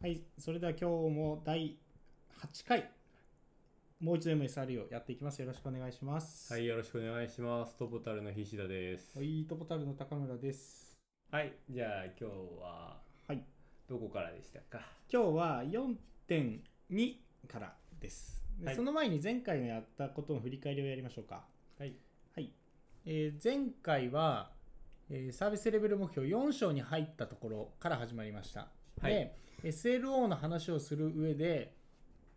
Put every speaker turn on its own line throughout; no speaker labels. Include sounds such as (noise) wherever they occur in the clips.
はい、それでは今日も第8回、もう一度 MSRE をやっていきます。よろしくお願いします。
はい、よろしくお願いします。トポタルの菱田です。
は
はい、
い、トポタルの高村です。
じゃあ今日は
はい、
どこからでしたか
今日は4.2からです。で
はい
その前に前回のやったことの振り返りをやりましょうか。
はい。
はい、えー前回は、えーサービスレベル目標4章に入ったところから始まりました。
はい
で SLO の話をする上で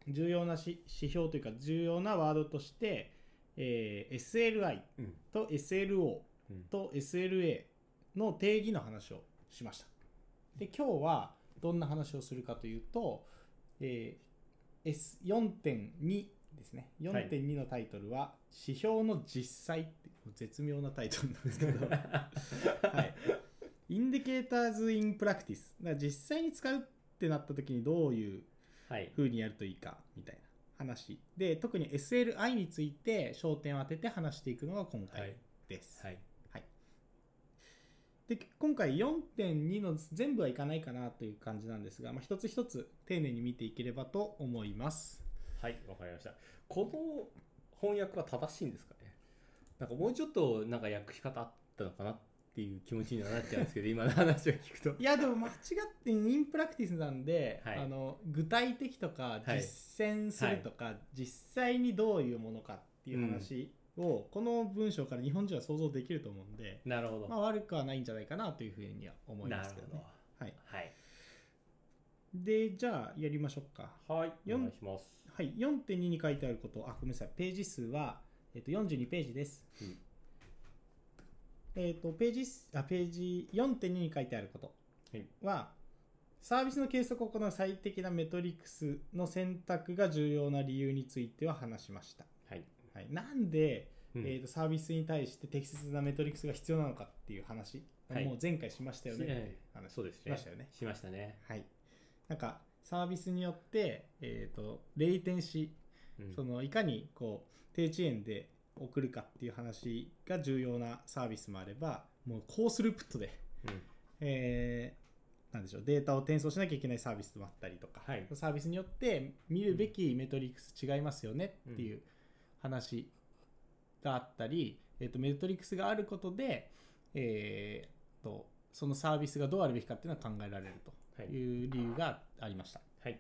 重要なし指標というか重要なワードとして、えー SLI
(laughs) うん。
と SLO
うん
と SLA の定義の話をしました。で今日はどんな話をするかというと、えー S4.2 ですね
はい
4.2のタイトルは「指標の実際」っていう絶妙なタイトルなんですけ
(laughs)
ど、はい、インディケーターズ・イン・プラクティスだから実際に使うってなった時にどういう
はい。
風にやるといいかみたいな話で特に SLI について焦点を当てて話していくのが今
はい
回。です。
はい。
で今回4.2の全部はいかないかなという感じなんですが、まあ、一つ一つ丁寧に見ていければと思います。
はい、わかりました。この翻訳は正しいんですかねなんかもうちょっとなんか訳し方あったのかなっていう気持ちにはなっちゃうん
(laughs)
ですけど、今の話を聞くと。
いやでも間違ってインプラクティスなんで、
はい
あの具体的とか
はい
実践するとか、実際にどういうものかっていう話を、この文章から日本人は想像できると思うんで、
なるほど。
まあ、悪くはないんじゃないかなというふうには思い
な
ま
る
す
ほ
けど
ど
ね。。はい、
はい。
でじゃあやりましょうか。
はい。お
よん
願いします。
はい、4.2に書いてあること、あ、ごめんなさい、ページ数は、えっと、42ページです。
うん
えっと、ページ数、あ、ページ4.2に書いてあること
はい
は、サービスの計測を行う最適なメトリックスの選択が重要な理由については話しました。
はい。
はい、なんで、
うん
えっと、サービスに対して適切なメトリックスが必要なのかっていう話、
はい
もう前回しましたよねっていう話。
そうですね。
しましたよね
しましたね。
はい。なんか、サービスによって、えっ、と、レイテンシー、
うん
そのいかにこう低遅延で送るかっていう話が重要なサービスもあればもう高スループットで、 (laughs)
うん
えーなんでしょうデータを転送しなきゃいけないサービスもあったりとか、
はい
サービスによって見るべきメトリックス違いますよねっていう話があったり、えー、とメトリックスがあることで、えー、とそのサービスがどうあるべきかっていうのは考えられる
は
と
い
いう理由がありました。
はい。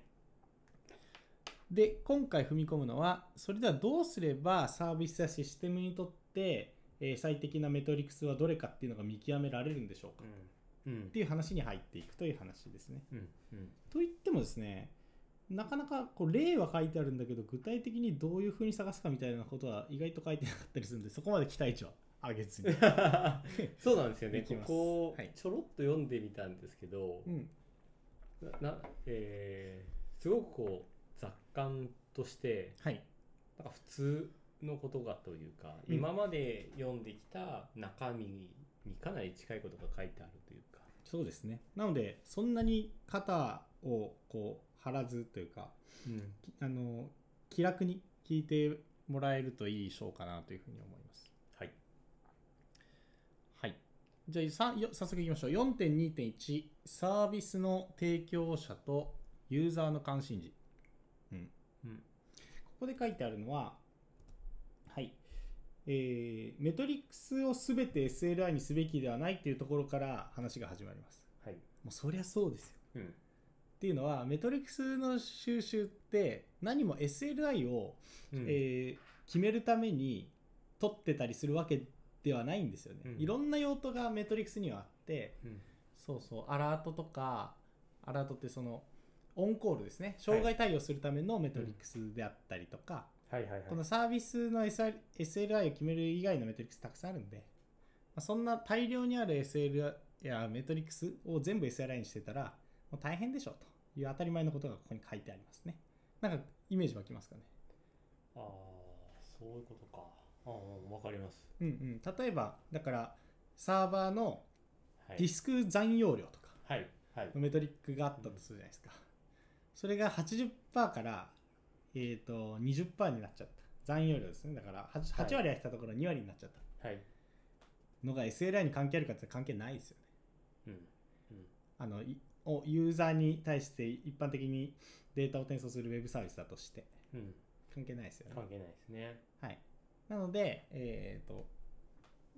で今回踏み込むのはそれではどうすればサービスやシステムにとって、えー最適なメトリクスはどれかっていうのが見極められるんでしょうか、っ
うん。うん
て。いう話に入っていくという話ですね。
うん。うん。
といってもですねなかなかこう例は書いてあるんだけど具体的にどういうふうに探すかみたいなことは意外と書いてなかったりするんでそこまで期待値は上げ (laughs) ずに。
そうなんですよね。
いき
こ
ます
こを
はい
ちょろっと読んでみたんですけど、
うん
ななえーすごくこう雑感として
はい
なんか普通のことがというか、
うん
今まで読んできた中身にかなり近いことが書いてあるというか、
そうですねなのでそんなに肩をこう張らずというかきあの気楽に聞いてもらえるといい章かなというふうに思います。
はい
はい。じゃあさよ早速いきましょう。4.2.1サービスの提供者とユーザーの関心事。うん。
うん
ここで書いてあるのは、はい。えーメトリックスをすべて SLI にすべきではないっていうところから話が始まります。
はい、
もうそりゃそうですよ。
うん、
っていうのは、メトリックスの収集って何も SLI を
うん
えー決めるために取ってたりするわけではないんですよね、
うん
いろんな用途がメトリックスにはあって
うん
そうそうアラートとかアラートってそのオンコールですね障害対応するためのメトリックスであったりとか、
はいはいはい
このサービスの SR SLI を決める以外のメトリックスたくさんあるんで、まあ、そんな大量にある SL やメトリックスを全部 SLI にしてたらもう大変でしょうという当たり前のことがここに書いてありますねなんかイメージ湧きますかね
ああそういうことかああわかります、
うんうん、例えばだからサーバーの
はい、
ディスク残容量とか
はいはい
のメトリックがあったとするじゃないですか、それが80%から、えー、と20%になっちゃった残容量ですねだから 8,
はい
8割やったところ2割になっちゃった
はい
のが SLI に関係あるかって言ったら関係ないですよね
うんうん
あのいをユーザーに対して一般的にデータを転送するウェブサービスだとして
うん、
関係ないですよね。
関係ないですね。
はい、なので、えー、と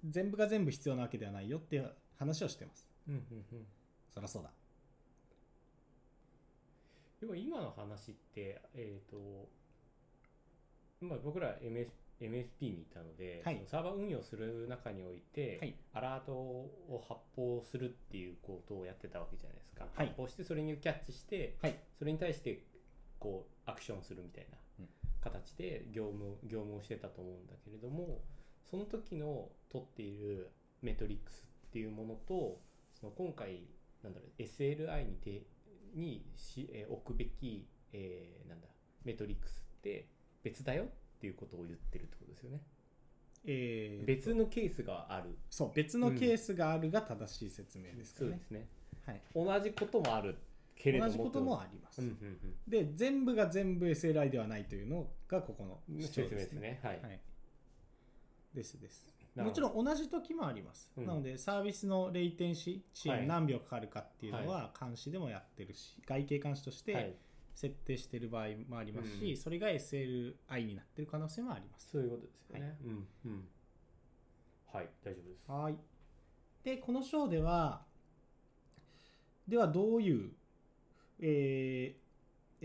全部が全部必要なわけではないよっていう話をしてます。
うんうんうん。
そりゃそうだ。
でも今の話って、えっ、と、まあ、僕ら MS MSP にいたので、
はい
そのサーバー運用する中において、
はい
アラートを発報するっていうことをやってたわけじゃないですか。
はい
発報してそれにキャッチして、
はい
それに対してこうアクションするみたいな
うん
形で業務業務をしてたと思うんだけれどもその時の取っているメトリックスっていうものとその今回なんだろう SLI にてにし、えー置くべき、えーなんだメトリックスって別だよっていうことを言ってるってことですよね。
えー
別のケースがある。
そう別のケースがあるが正しい説明ですか
そう
ね
で。すね。
はい、
同じこともあるけれど
同
も。
じこともありま
う
す。
んうんうん。
で全部が全部 SLI ではないというのがここの
説
主
明
張
で
ですすね。
ね。はい。
はい、ですです。
な
も
るほ
ち
ど
ろん同じ時もあります、
うん
なのでサービスのレイテンシー遅
はい
延何秒かかるかっていうのは監視でもやってるし、外形監視とし
は
て
い、
設定してる場合もありますし、
うん
それが SLI になってる可能性もあります
そういうことですよね。
はい
うんうん。はい、大丈夫です。
はいでこの章ではではどういう、えー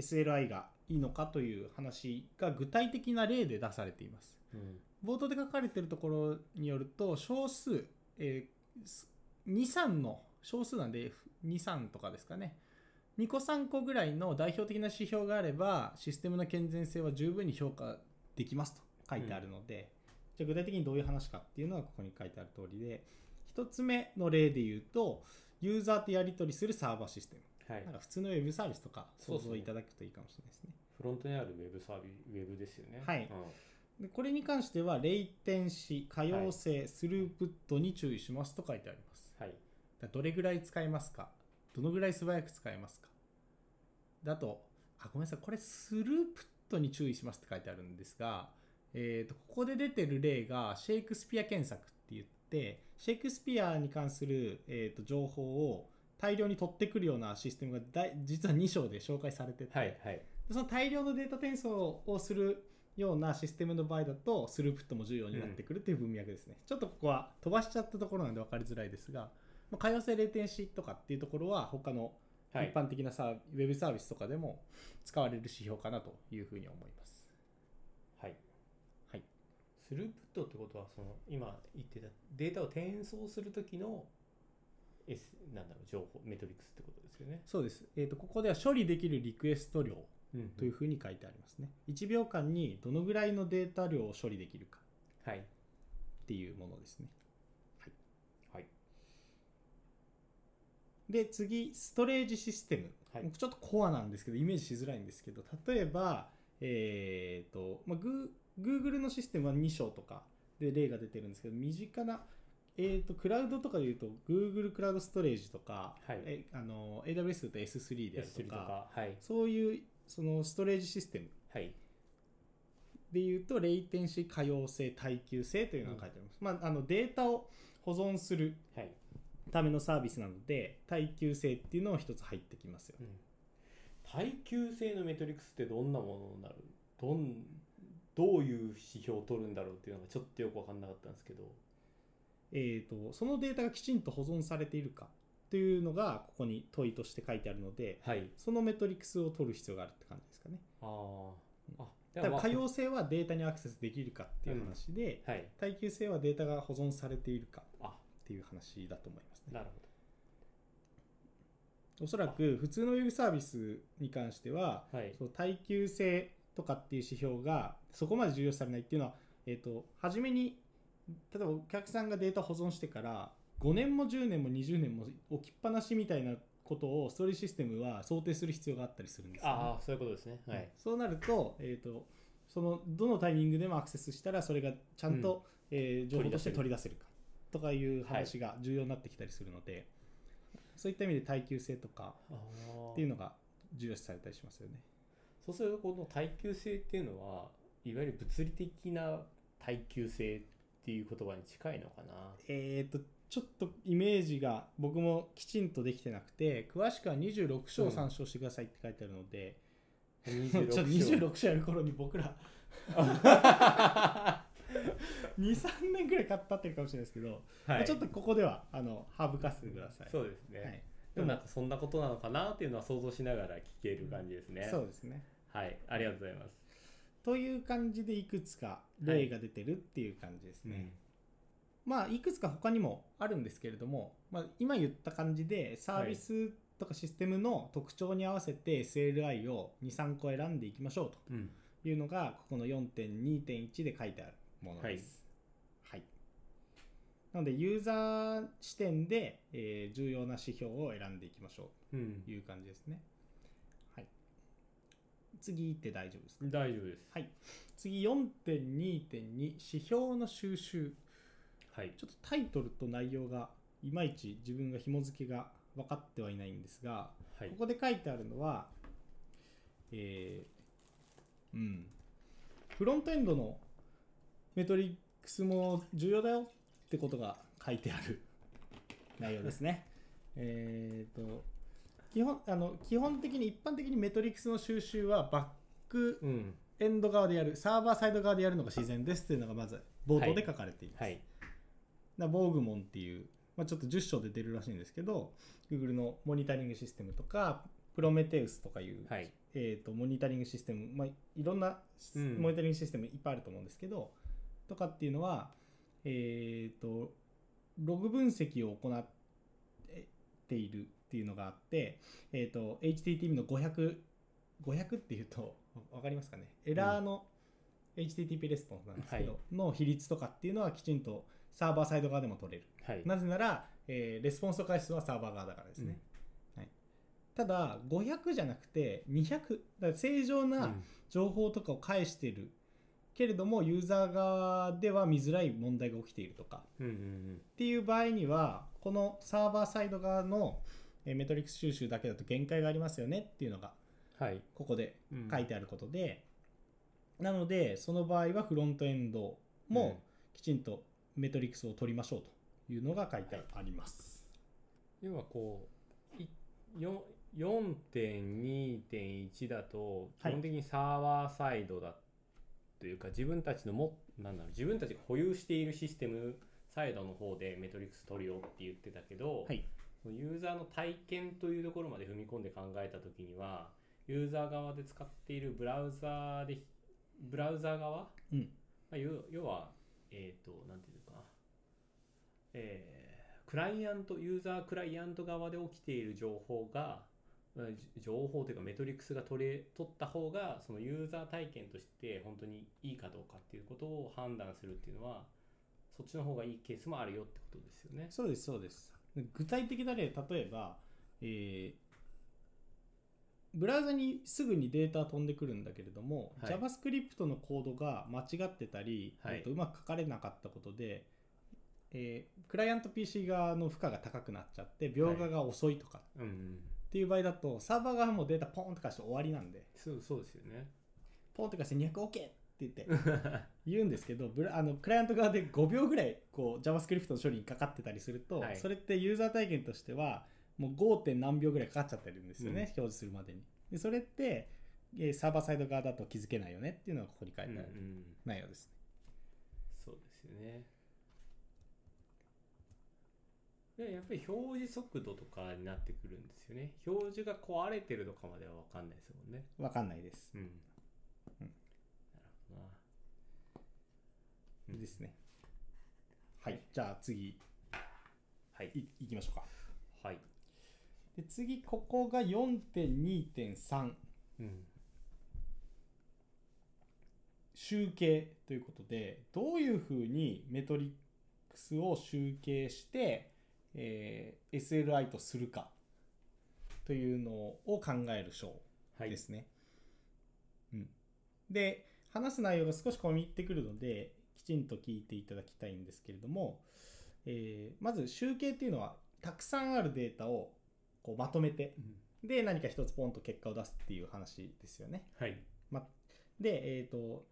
SLI がいいのかという話が具体的な例で出されています
うん
冒頭で書かれているところによると少数、え23の少数なんで23とかですかね2個3個ぐらいの代表的な指標があればシステムの健全性は十分に評価できますと書いてあるので、じゃあ具体的にどういう話かっていうのはここに書いてある通りで1つ目の例で言うとユーザーとやり取りするサーバーシステム
はい
なん。か普通のウェブサービスとか
そう
想
ですね
像いただくといいかもしれないですね
フロントにあるウェブサービス、ウェブですよね。
はい
うん
でこれに関しては、レイテンシー、可用性、スループットに注意しますと書いてあります。
はい。
だどれぐらい使えますかどのぐらい素早く使えますかだと、あ、ごめんなさい、これスループットに注意しますって書いてあるんですが、えーと、ここで出てる例が、シェイクスピア検索って言って、シェイクスピアに関する、えーと情報を大量に取ってくるようなシステムがだい、実は2章で紹介されてて、
はい。はい。
でその大量のデータ転送をするようなシステムの場合だと、スループットも重要になってくるという文脈ですね。ちょっとここは飛ばしちゃったところなんで分かりづらいですが、まあ可用性レイテンシーとかっていうところは、他の一
はい。
般的なサー、ウェブサービスとかでも使われる指標かなというふうに思います。
はい。
はい。
スループットってことは、その、今言ってたデータを転送するときの、S、なんだろう、情報、メトリックスってことですよね。
そうです。えっ、と、ここでは処理できるリクエスト量
うん
というふうに書いてありますね。1秒間にどのぐらいのデータ量を処理できるか
はい。
っていうものですね。
はい。
で次ストレージシステム、
はい
ちょっとコアなんですけどイメージしづらいんですけど例えばえっ、と、まあ、グー Google のシステムは2章とかで例が出てるんですけど身近なえっ、とクラウドとかでいうと Google クラウドストレージとか、
はい
えあの AWS だと S3 である
S3
と
と
か
か、はい。
そういうそのストレージシステム
はい。
でいうとレイテンシー可用性耐久性というのが書いてあります、まあ、あのデータを保存する
はい。
ためのサービスなので耐久性っていうのを一つ入ってきますよ
うん耐久性のメトリックスってどんなものになるどんどういう指標を取るんだろうっていうのがちょっとよく分かんなかったんですけど
えー、とそのデータがきちんと保存されているかというのがここに問いとして書いてあるので
はい
そのメトリックスを取る必要があるって感じですかね。
あーあ
だから
まあ
可用性はデータにアクセスできるかっていう話で、
はい
耐久性はデータが保存されているか
あ
っていう話だと思いますね。
なるほ
おそらく普通のウェブサービスに関しては
どはい
そう耐久性とかっていう指標がそこまで重要視されないっていうのは、えー、と初めに例えばお客さんがデータ保存してから5年も10年も20年も置きっぱなしみたいなことをストーリーシステムは想定する必要があったりするんですよね、
ああそういうことですねはい
そうなると,、えー、とそのどのタイミングでもアクセスしたらそれがちゃんと、えー情報として取り出せるかとかいう話が重要になってきたりするので、そういった意味で耐久性とか
あー
っていうのが重要視されたりしますよね。
そうするとこの耐久性っていうのはいわゆる
(laughs)
物理的な耐久性っていう言葉に近いのかな
えー、とちょっとイメージが僕もきちんとできてなくて詳しくは26章参照してくださいって書いてあるので、 (laughs) ちょっと26章やる頃に僕
(laughs)
ら23年ぐらい経ってるかもしれないですけど、ま
は
あ
い、
ちょっとここではあの省かせてください。
そうですね、
はい
でもなんかそんなことなのかなっていうのは想像しながら聞ける感じですね、
そうですね
はいありがとうございます、
という感じでいくつか例が出てるっていう感じですね。まあいくつか他にもあるんですけれども、まあ、今言った感じでサービスとかシステムの特徴に合わせて SLI を23個選んでいきましょう
うん
というのがここの4.2.1で書いてあるものです。はいなのでユーザー視点で、えー重要な指標を選んでいきましょ
うん
うという感じですね。はい、次行って大丈夫ですか
大丈夫です
はい、次4.2.2指標の収集
はい
ちょっとタイトルと内容がいまいち自分が紐付けが分かってはいないんですが、
はい
ここで書いてあるのは、えーうん、フロントエンドのメトリックスも重要だよってことが書いてある (laughs) 内容ですね。えーと基本あの基本的に一般的にメトリックスの収集はバック
うん
エンド側でやるサーバーサイド側でやるのが自然ですというのがまず冒頭で書かれています。
はい
なボーグモンっていう、まあ、ちょっと10章で出るらしいんですけど Google のモニタリングシステムとかプロメテウスとかいう、
はい
えー、とモニタリングシステム、まあ、いろんなシス、
うん
モニタリングシステムいっぱいあると思うんですけどとかっていうのは、えー、とログ分析を行っているっていうのがあって、えー、と HTTP の500 500っていうと分かりますかねエラーの HTTP レスポンスなんですけど、
は
の比率とかっていうのはきちんとサーバーサイド側でも取れる
はい
なぜなら、えーレスポンスを返すのはサーバー側だからですね、はい、ただ500じゃなくて200だから正常
う
なん情報とかを返してる、けれどもユーザー側では見づらい問題が起きているとか
うんうん
っていう場合にはこのサーバーサイド側のえーメトリックス収集だけだと限界がありますよねっていうのが
うんはい
ここで
うん
書いてあることで、なのでその場合はフロントエンドもきちんとメトリックスを取りましょうというのが書いてあります。
要はこういよ4.2.1だと基
はい
本的にサーバーサイドだというか、自分たちのもなんだろう自分たちが保有しているシステムサイドの方でメトリックス取るよって言ってたけど、
はい
そのユーザーの体験というところまで踏み込んで考えた時にはユーザー側で使っているブラウザーでブラウザー側、
うん
まあ、要要はえっ、となんていうのかなえークライアントユーザークライアント側で起きている情報がうんじ情報というかメトリックスが取れ取った方がそのユーザー体験として本当にいいかどうかっていうことを判断するっていうのはそっちの方がいいケースもあるよってことですよね。
そうですそうです具体的な例例えば、えーブラウザにすぐにデータ飛んでくるんだけれども、
はい
JavaScript のコードが間違ってたり、
はい
えっとうまく書かれなかったことで、えークライアント PC 側の負荷が高くなっちゃって描画が遅いとか
うんうん、
っていう場合だとサーバー側もデータポンとかして終わりなんで
そうそうですよ
(laughs)
ね。
ポンとかして 200OK って言って言うんですけどブラあのクライアント側で5秒ぐらいこう JavaScript の処理にかかってたりすると、
はい
それってユーザー体験としてはもう 5. 点何秒ぐらいかかっちゃってるんですよね、
うん
表示するまでにでそれって、えーサーバーサイド側だと気づけないよねっていうのがここに書いてあ
うんう
る
ん
内容ですね、
そうですよね。でやっぱり表示速度とかになってくるんですよね。表示が壊れてるとかまでは分かんないですもんね。
わかんないです、
うん。
うん
なるほどな。うん
ですねはいじゃあ次
はい。
いいきましょうか
はい。
で次ここが4.2.3
うん。
集計ということでどういうふうにメトリックスを集計して、えー SLI とするかというのを考える章
はい。
ですね。うん、で話す内容が少し込み入ってくるのできちんと聞いていただきたいんですけれども、えーまず集計っていうのはたくさんあるデータをこうまとめて
うん
で何か一つポンと結果を出すっていう話ですよね。
はい。
で、えっと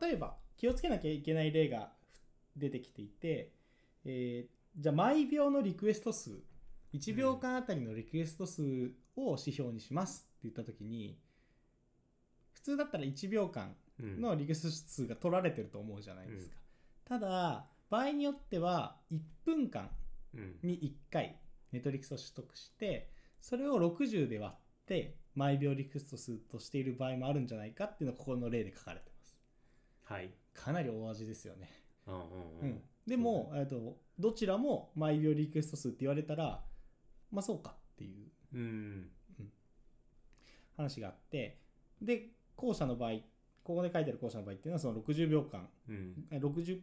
例えば気をつけなきゃいけない例が出てきていて、えーじゃあ毎秒のリクエスト数1秒間あたりのリクエスト数を指標にしますって言った時に普通だったら1秒間
うん
のリクエスト数が取られてると思うじゃないですか、ただ場合によっては1分間
うん
に1回ネトリクスを取得してそれを60で割って毎秒リクエスト数としている場合もあるんじゃないかっていうのがここの例で書かれてま
はい
すかなり大味ですよね
うんう
うんん、でも、えっとどちらも毎秒リクエスト数って言われたらまあそうかっていう
うんうん
話があってで後者の場合ここで書いてある後者の場合っていうのはその60秒間
うん
え60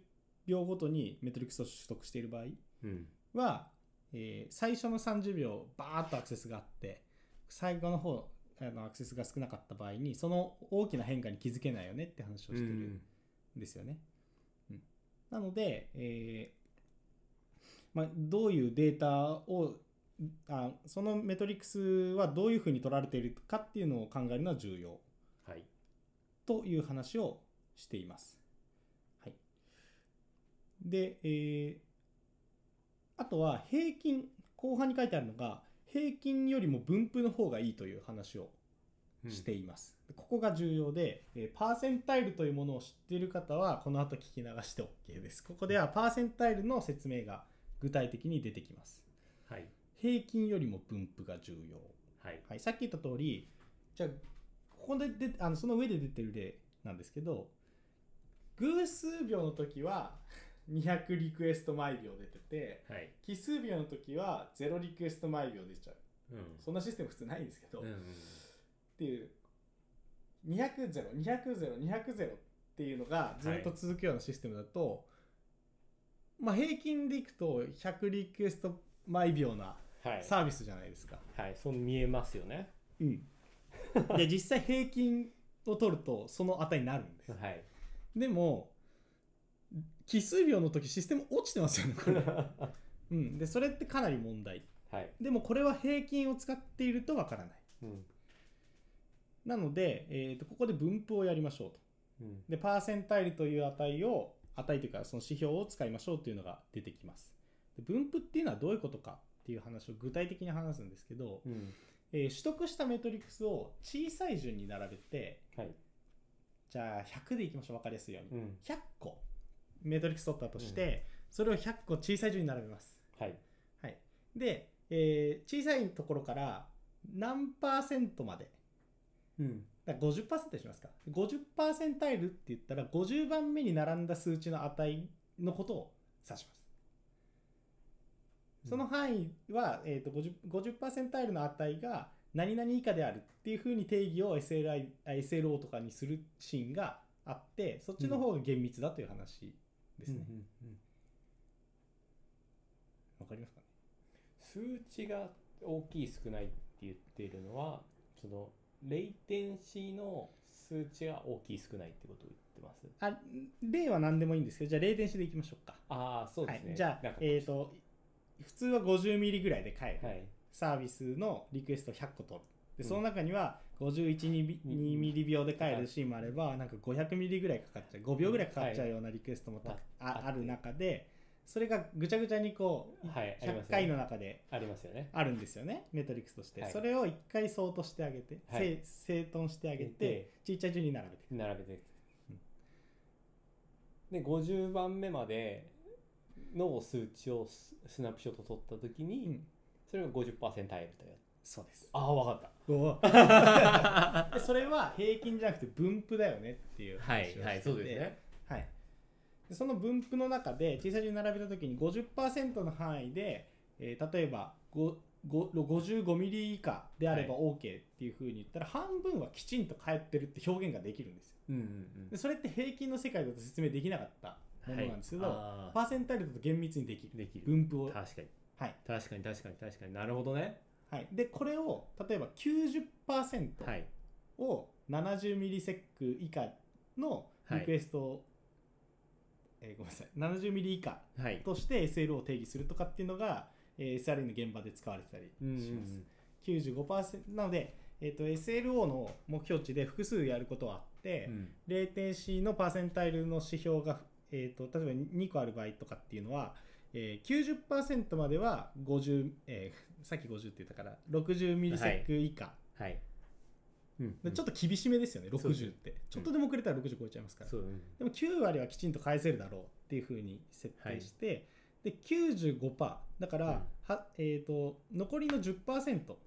秒ごとにメトリックスを取得している場合
うん
は、えー最初の30秒バーッとアクセスがあって最後の方あのアクセスが少なかった場合にその大きな変化に気づけないよねって話をしてる、ですよね。うん、なので、えーまあ、どういうデータをあそのメトリックスはどういうふうに取られているかっていうのを考えるのは重要
はい
という話をしています。はい、で、えーあとは平均後半に書いてあるのが平均よりも分布の方がいいという話を
うん
しています。ここが重要で、えーパーセンタイルというものを知っている方は、この後聞き流して OK です。ここではパーセンタイルの説明が具体的に出てきます。
はい
平均よりも分布が重要。
はい
はい、さっき言った通り、じゃあ、ここでであのその上で出てる例なんですけど、偶数秒の時は200リクエスト毎秒出てて、
はい
奇数秒の時は0リクエスト毎秒出ちゃう。
うん
そんなシステム普通ないんですけど、
うんうん
っていう200-0-200-0-200-0っていうのがずっと続くようなシステムだと、まあ平均でいくと100リクエスト毎秒な
はい
サービスじゃないですか。
はいそう見えますよね
うん、で実際平均を取るとその値になるんです。
はい (laughs)
でも奇数秒の時システム落ちてますよねこれ、うん、でそれってかなり問題
はい
でもこれは平均を使っているとわからない
うん
なので、えーとここで分布をやりましょうと
うん
で、パーセンタイルという値を、値というかその指標を使いましょうというのが出てきます。で分布っていうのはどういうことかっていう話を具体的に話すんですけど、
うん
えー取得したメトリクスを小さい順に並べて、
はい
じゃあ100でいきましょう、分かりやすいよう
う
に。
ん
100個メトリクス取ったとして、それを100個小さい順に並べます。
はい
はい。で、えー小さいところから何パーセントまで
うん
だから50%にしますか50パーセンタイルって言ったら50番目に並んだ数値の値のことを指しますその範囲は、えー、と 50, 50パーセンタイルの値が何々以下であるっていうふうに定義を SLI あ SLO とかにするシーンがあってそっちの方が厳密だという話ですねわ、
うんうんうん
かりますかね
数値が大きい少ないって言っているのはそのレイテンシーの数値が大きい少ないってことを言ってます
あ例は何でもいいんですけどじゃあ0点でいきましょうか
ああそうですね、
はい、じゃあ
なんか
えっ、と普通は50ミリぐらいで帰る、
はい
サービスのリクエスト100個取る。で、
うん
その中には51ミリ
うん
2ミリ秒で帰るシーンもあれば、なんか500ミリぐらいかかっちゃう、5秒ぐらいかかっちゃうようなリクエストもた、
はい
あ
あ
ある中で、それがぐちゃぐちゃにこう、
はいあり
100
ますね
回の中で
ありますよね
あるんですよね、メトリックスとして。
はい
それを1回相当してあげて、
はい
整整頓してあげて、ちっちゃい順に並べて。
並べて
うん
で50番目までの数値をススナップショット取った時に、
うん
それが50%タイルだよ
そうです。
ああ分かった
お (laughs) おでそれは平均じゃなくて分布だよねっていう話をしてて
ね
はい、でその分布の中で小さい順に並べた時に50%の範囲で、えー例えば5 55ミリ以下であれば OK っていうふうに言ったら、半分はきちんと返ってるって表現ができるんですよ
うんうんう
でそれって平均の世界だと説明できなかったも
ん
のなんですけど、
あ
パーセンタイルだと厳密にでき
ー
る
できる
分布を、は
確かに
い
確かに確かに確かになるほどね
はい、でこれを例えば90%
はい
を70ミリセック以下のリクエストを、えーごめんなさい70ミリ以下
はい
として SL を定義するとかっていうのが、えー SRE の現場で使われてたりし
うんう
ま
ん
す。95%なので、えー、と SLO の目標値で複数やることはあって、
うん
0.C のパーセンタイルの指標が、えー、と例えば2個ある場合とかっていうのは、えー、90%までは50、えーさっき50って言ったから60ミリセック以下、
はい、うん
でちょっと厳しめですよね
そうです
60って、ちょっとでも遅れたら60超えちゃいますから、
そう、うん
でも9割はきちんと返せるだろうっていうふうに設定して、で95%だから、
うん
はえー、と残りの10%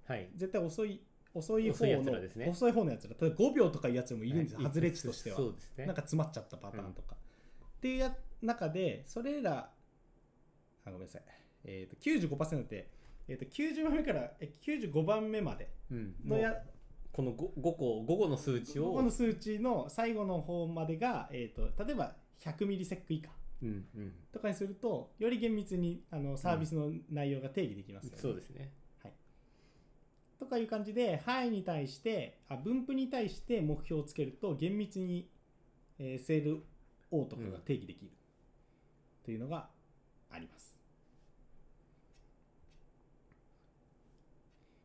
はい
絶対遅い遅い方
遅い
の
やつらですね
遅い方のやつらただ5秒とかいうやつもいるんですよ、
は
外れ値としては
そうですね
なんか詰まっちゃったパターンとか、っていうや中でそれらあごめんなさい、えー、と95%って、えー、と90番目からえ95番目まで
うん、
のや
もうこの 5, 個5個の数値を
ここの数値の最後の方までが、えー、と例えば100ミリセック以下
うんうん、
とかにするとより厳密にあのサービスの内容が定義できますよね。
そうですね
とかいう感じで範囲に対してあ分布に対して目標をつけると厳密に、えーセール O とかが定義できる、というのがあります。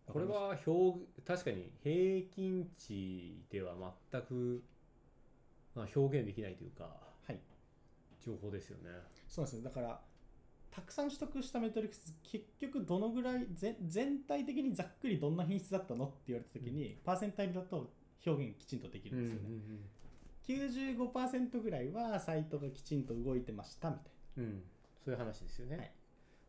これは表確かに平均値では全く、まあ、表現できないというか
はい
情報ですよね
そうなんですよだからたくさん取得したメトリックス結局どのぐらいぜ全体的にざっくりどんな品質だったのって言われた時に、パーセンタイルだと表現きちんとできるんですよね。95%ぐらいはサイトがきちんと動いてましたみたい
うんうんそういう話ですよね、
はい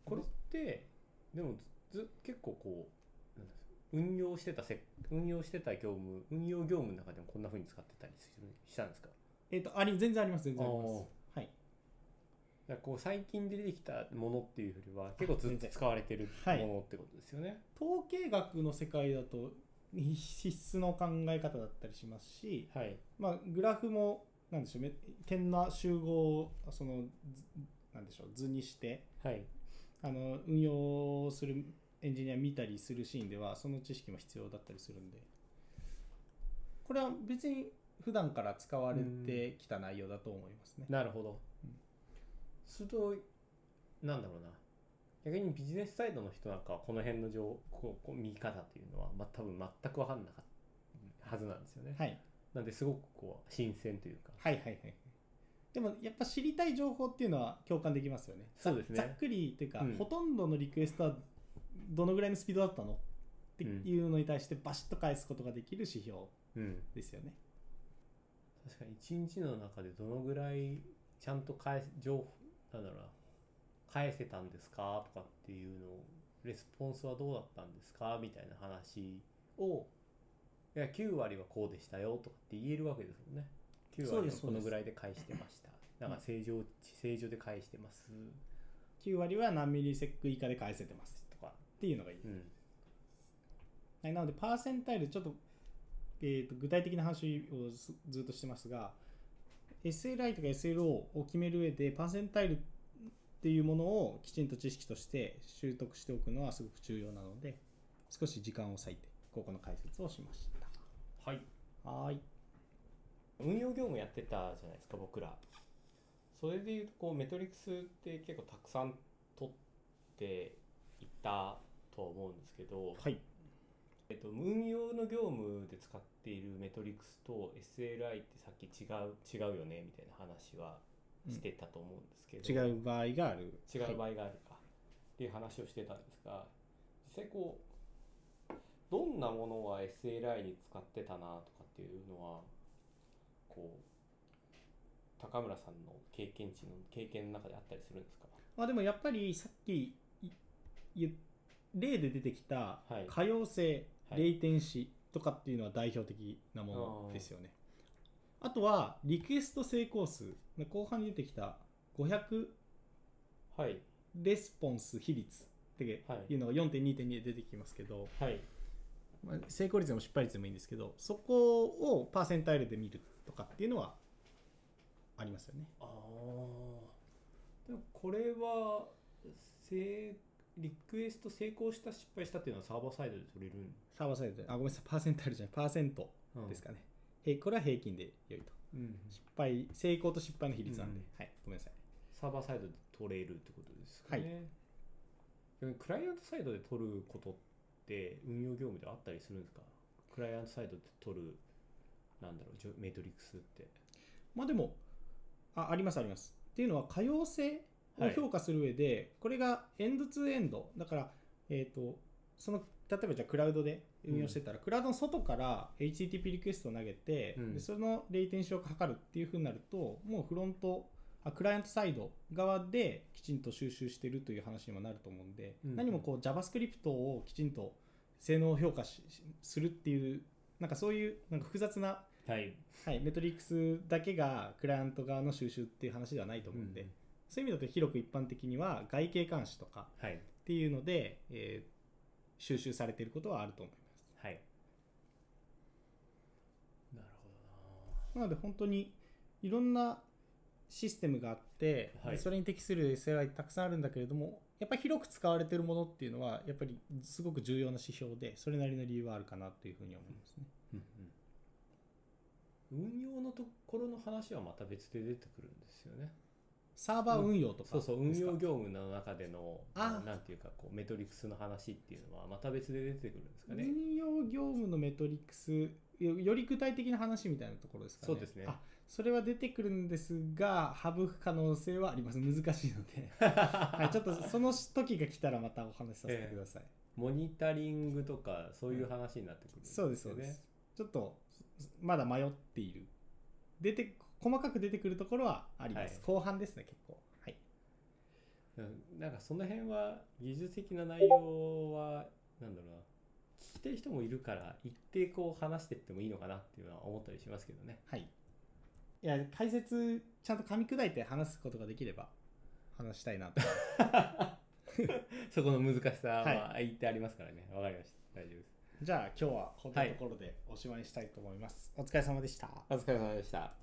これってでもずず結構こうなんだ運用してたせ運用してた業務運用業務の中でもこんなふうに使ってたりするしたんですか
な。えっ、とあり全然あります全然ありま
あ
す。はい
だからこう最近出てきたものっていうよりは結構ずっと使われてるも
はい
のってことですよね、
統計学の世界だとひ必須の考え方だったりしますし、
はい、
まあ、グラフもなんでしょうめ点の集合をそのずなんでしょう図にして
はい、
あの運用するエンジニア見たりするシーンではその知識も必要だったりするんでこれは別に普段から使われてきた内容だと思いますね。
なるほど
うん。
すると、なんだろうな。逆にビジネスサイドの人なんかはこの辺の情こうこう見方というのは、まあ、多分全く分かんなかったはずなんですよね。
はい、
なんですごくこう新鮮というか。
はいはいはいはいでもやっぱ知りたい情報っていうのは共感できますよね
そうです
ざっ
ね。
くりというか、
うん
ほとんどのリクエストはどのぐらいのスピードだったのっていうのに対してバシッと返すことができる指標
うん。
ですよね、
確かに一日の中でどのぐらいちゃんと返す情報なんだろうな返せたんですかとかっていうのをレスポンスはどうだったんですかみたいな話をいや9割はこうでしたよとかって言えるわけですもんね9
そう
割
で
は
す
このぐらいで返してましたなんか正常値正常で返してます
9割は何ミリセック以下で返せてます
とか
っていうのがいい、
うん
はいなのでパーセンタイルちょっと,、えーと具体的な話をずずっとしてますが SLI とか SLO を決める上でパーセンタイルっていうものをきちんと知識として習得しておくのはすごく重要なので少し時間を割いてここの解説をしまし
はい
たはーい
運用業務やってたじゃないですか僕らそれでいうとこうメトリクスって結構たくさん取っていたとは思うんですけど、
はい
えっと、運用の業務で使っているメトリクスと SLI ってさっき違う違うよねみたいな話はしてたと思うんですけど、
違う場合がある
違う
はい
場合があるかっていう話をしてたんですが実際こうどんなものは SLI に使ってたなとかっていうのはこう高村さんの経験値の経験の中であったりするんですか
まあ、でもやっぱりさっきい言っ例で出てきた
はい
可用性、
はい
レイテンシーとかっていうのは代表的なものですよねあとはリクエスト成功数後半に出てきた500
はい
レスポンス比率ってい
はいう
のが4.2.2で出てきますけど、
はい
まあ成功率でも失敗率でもいいんですけどそこをパーセンタイルで見るとかっていうのはありますよね
ああでもこれはせリクエスト成功した失敗したっていうのはサーバーサイドで取れるん
サーバーサイドであごめんなさいパーセンタイルじゃないパーセント
で
です
すか、
かね、へこれは平均で良いと
うん
失敗成功と失敗の比率なんで、
うん
はいごめんなさい
サーバーサイドで取れるってことですかね。はい、クライアントサイドで取ることって運用業務であったりするんですかクライアントサイドで取る、なんだろうじょ、メトリックスって。
まあでもあありますありますっていうのは可用性を評価する上で、これがエンドツーエンドだから、えー、とその例えばじゃあクラウドで運用してたら、クラウドの外から HTTP リクエストを投げて、
うん
でそのレイテンシを測るっていうふうになるともうフロントあクライアントサイド側できちんと収集してるという話にもなると思うんで、
うん
何もこう JavaScript をきちんと性能を評価しするっていうなんかそういうなんか複雑な
はい。
はい、メトリックスだけがクライアント側の収集っていう話ではないと思うんで、
うん
そういう意味だと広く一般的には外形監視とか
はい。
っていうので、えー収集されていることはあると思いま
はい。なる
す。なので本当にいろんなシステムがあって、
はい
それに適する SLI たくさんあるんだけれどもやっぱり広く使われているものっていうのはやっぱりすごく重要な指標でそれなりの理由はあるかなというふうに思いますね。
ほどな。運用のところの話はまた別で出てくるんですよね。
サーバー運用とか
そうそう、運
ですか
用業務の中での、
あー
なんていうか、こう、メトリクスの話っていうのはまた別で出てくるんですかね。
運用業務のメトリックスよより具体的な話みたいなところですかね
そうですね
あそれは出てくるんですが省く可能性はあります難しいの
(laughs)
で、はい、ちょっとその時が来たらまたお話しさせてくだ
(laughs)
さい、
モニタリングとか、そういう話になってくるんです
そ
よ
う
ね。
ですそうですちょっとまだ迷っている出て細かく出てくるところはあります、
はい
後半ですね結構はい
うんなんかその辺は技術的な内容はなんだろうな聞きたい人もいるから一定こう話してってもいいのかなっていうのは思ったりしますけどね
はいいや解説ちゃんと噛み砕いて話すことができれば話したいなと
そこの難しさは
は
言ってありますからねわ、かりました大丈夫です
じゃあ今日はこんなところでおしまいにしたいと思います、お疲れ様でした
お疲れ様でした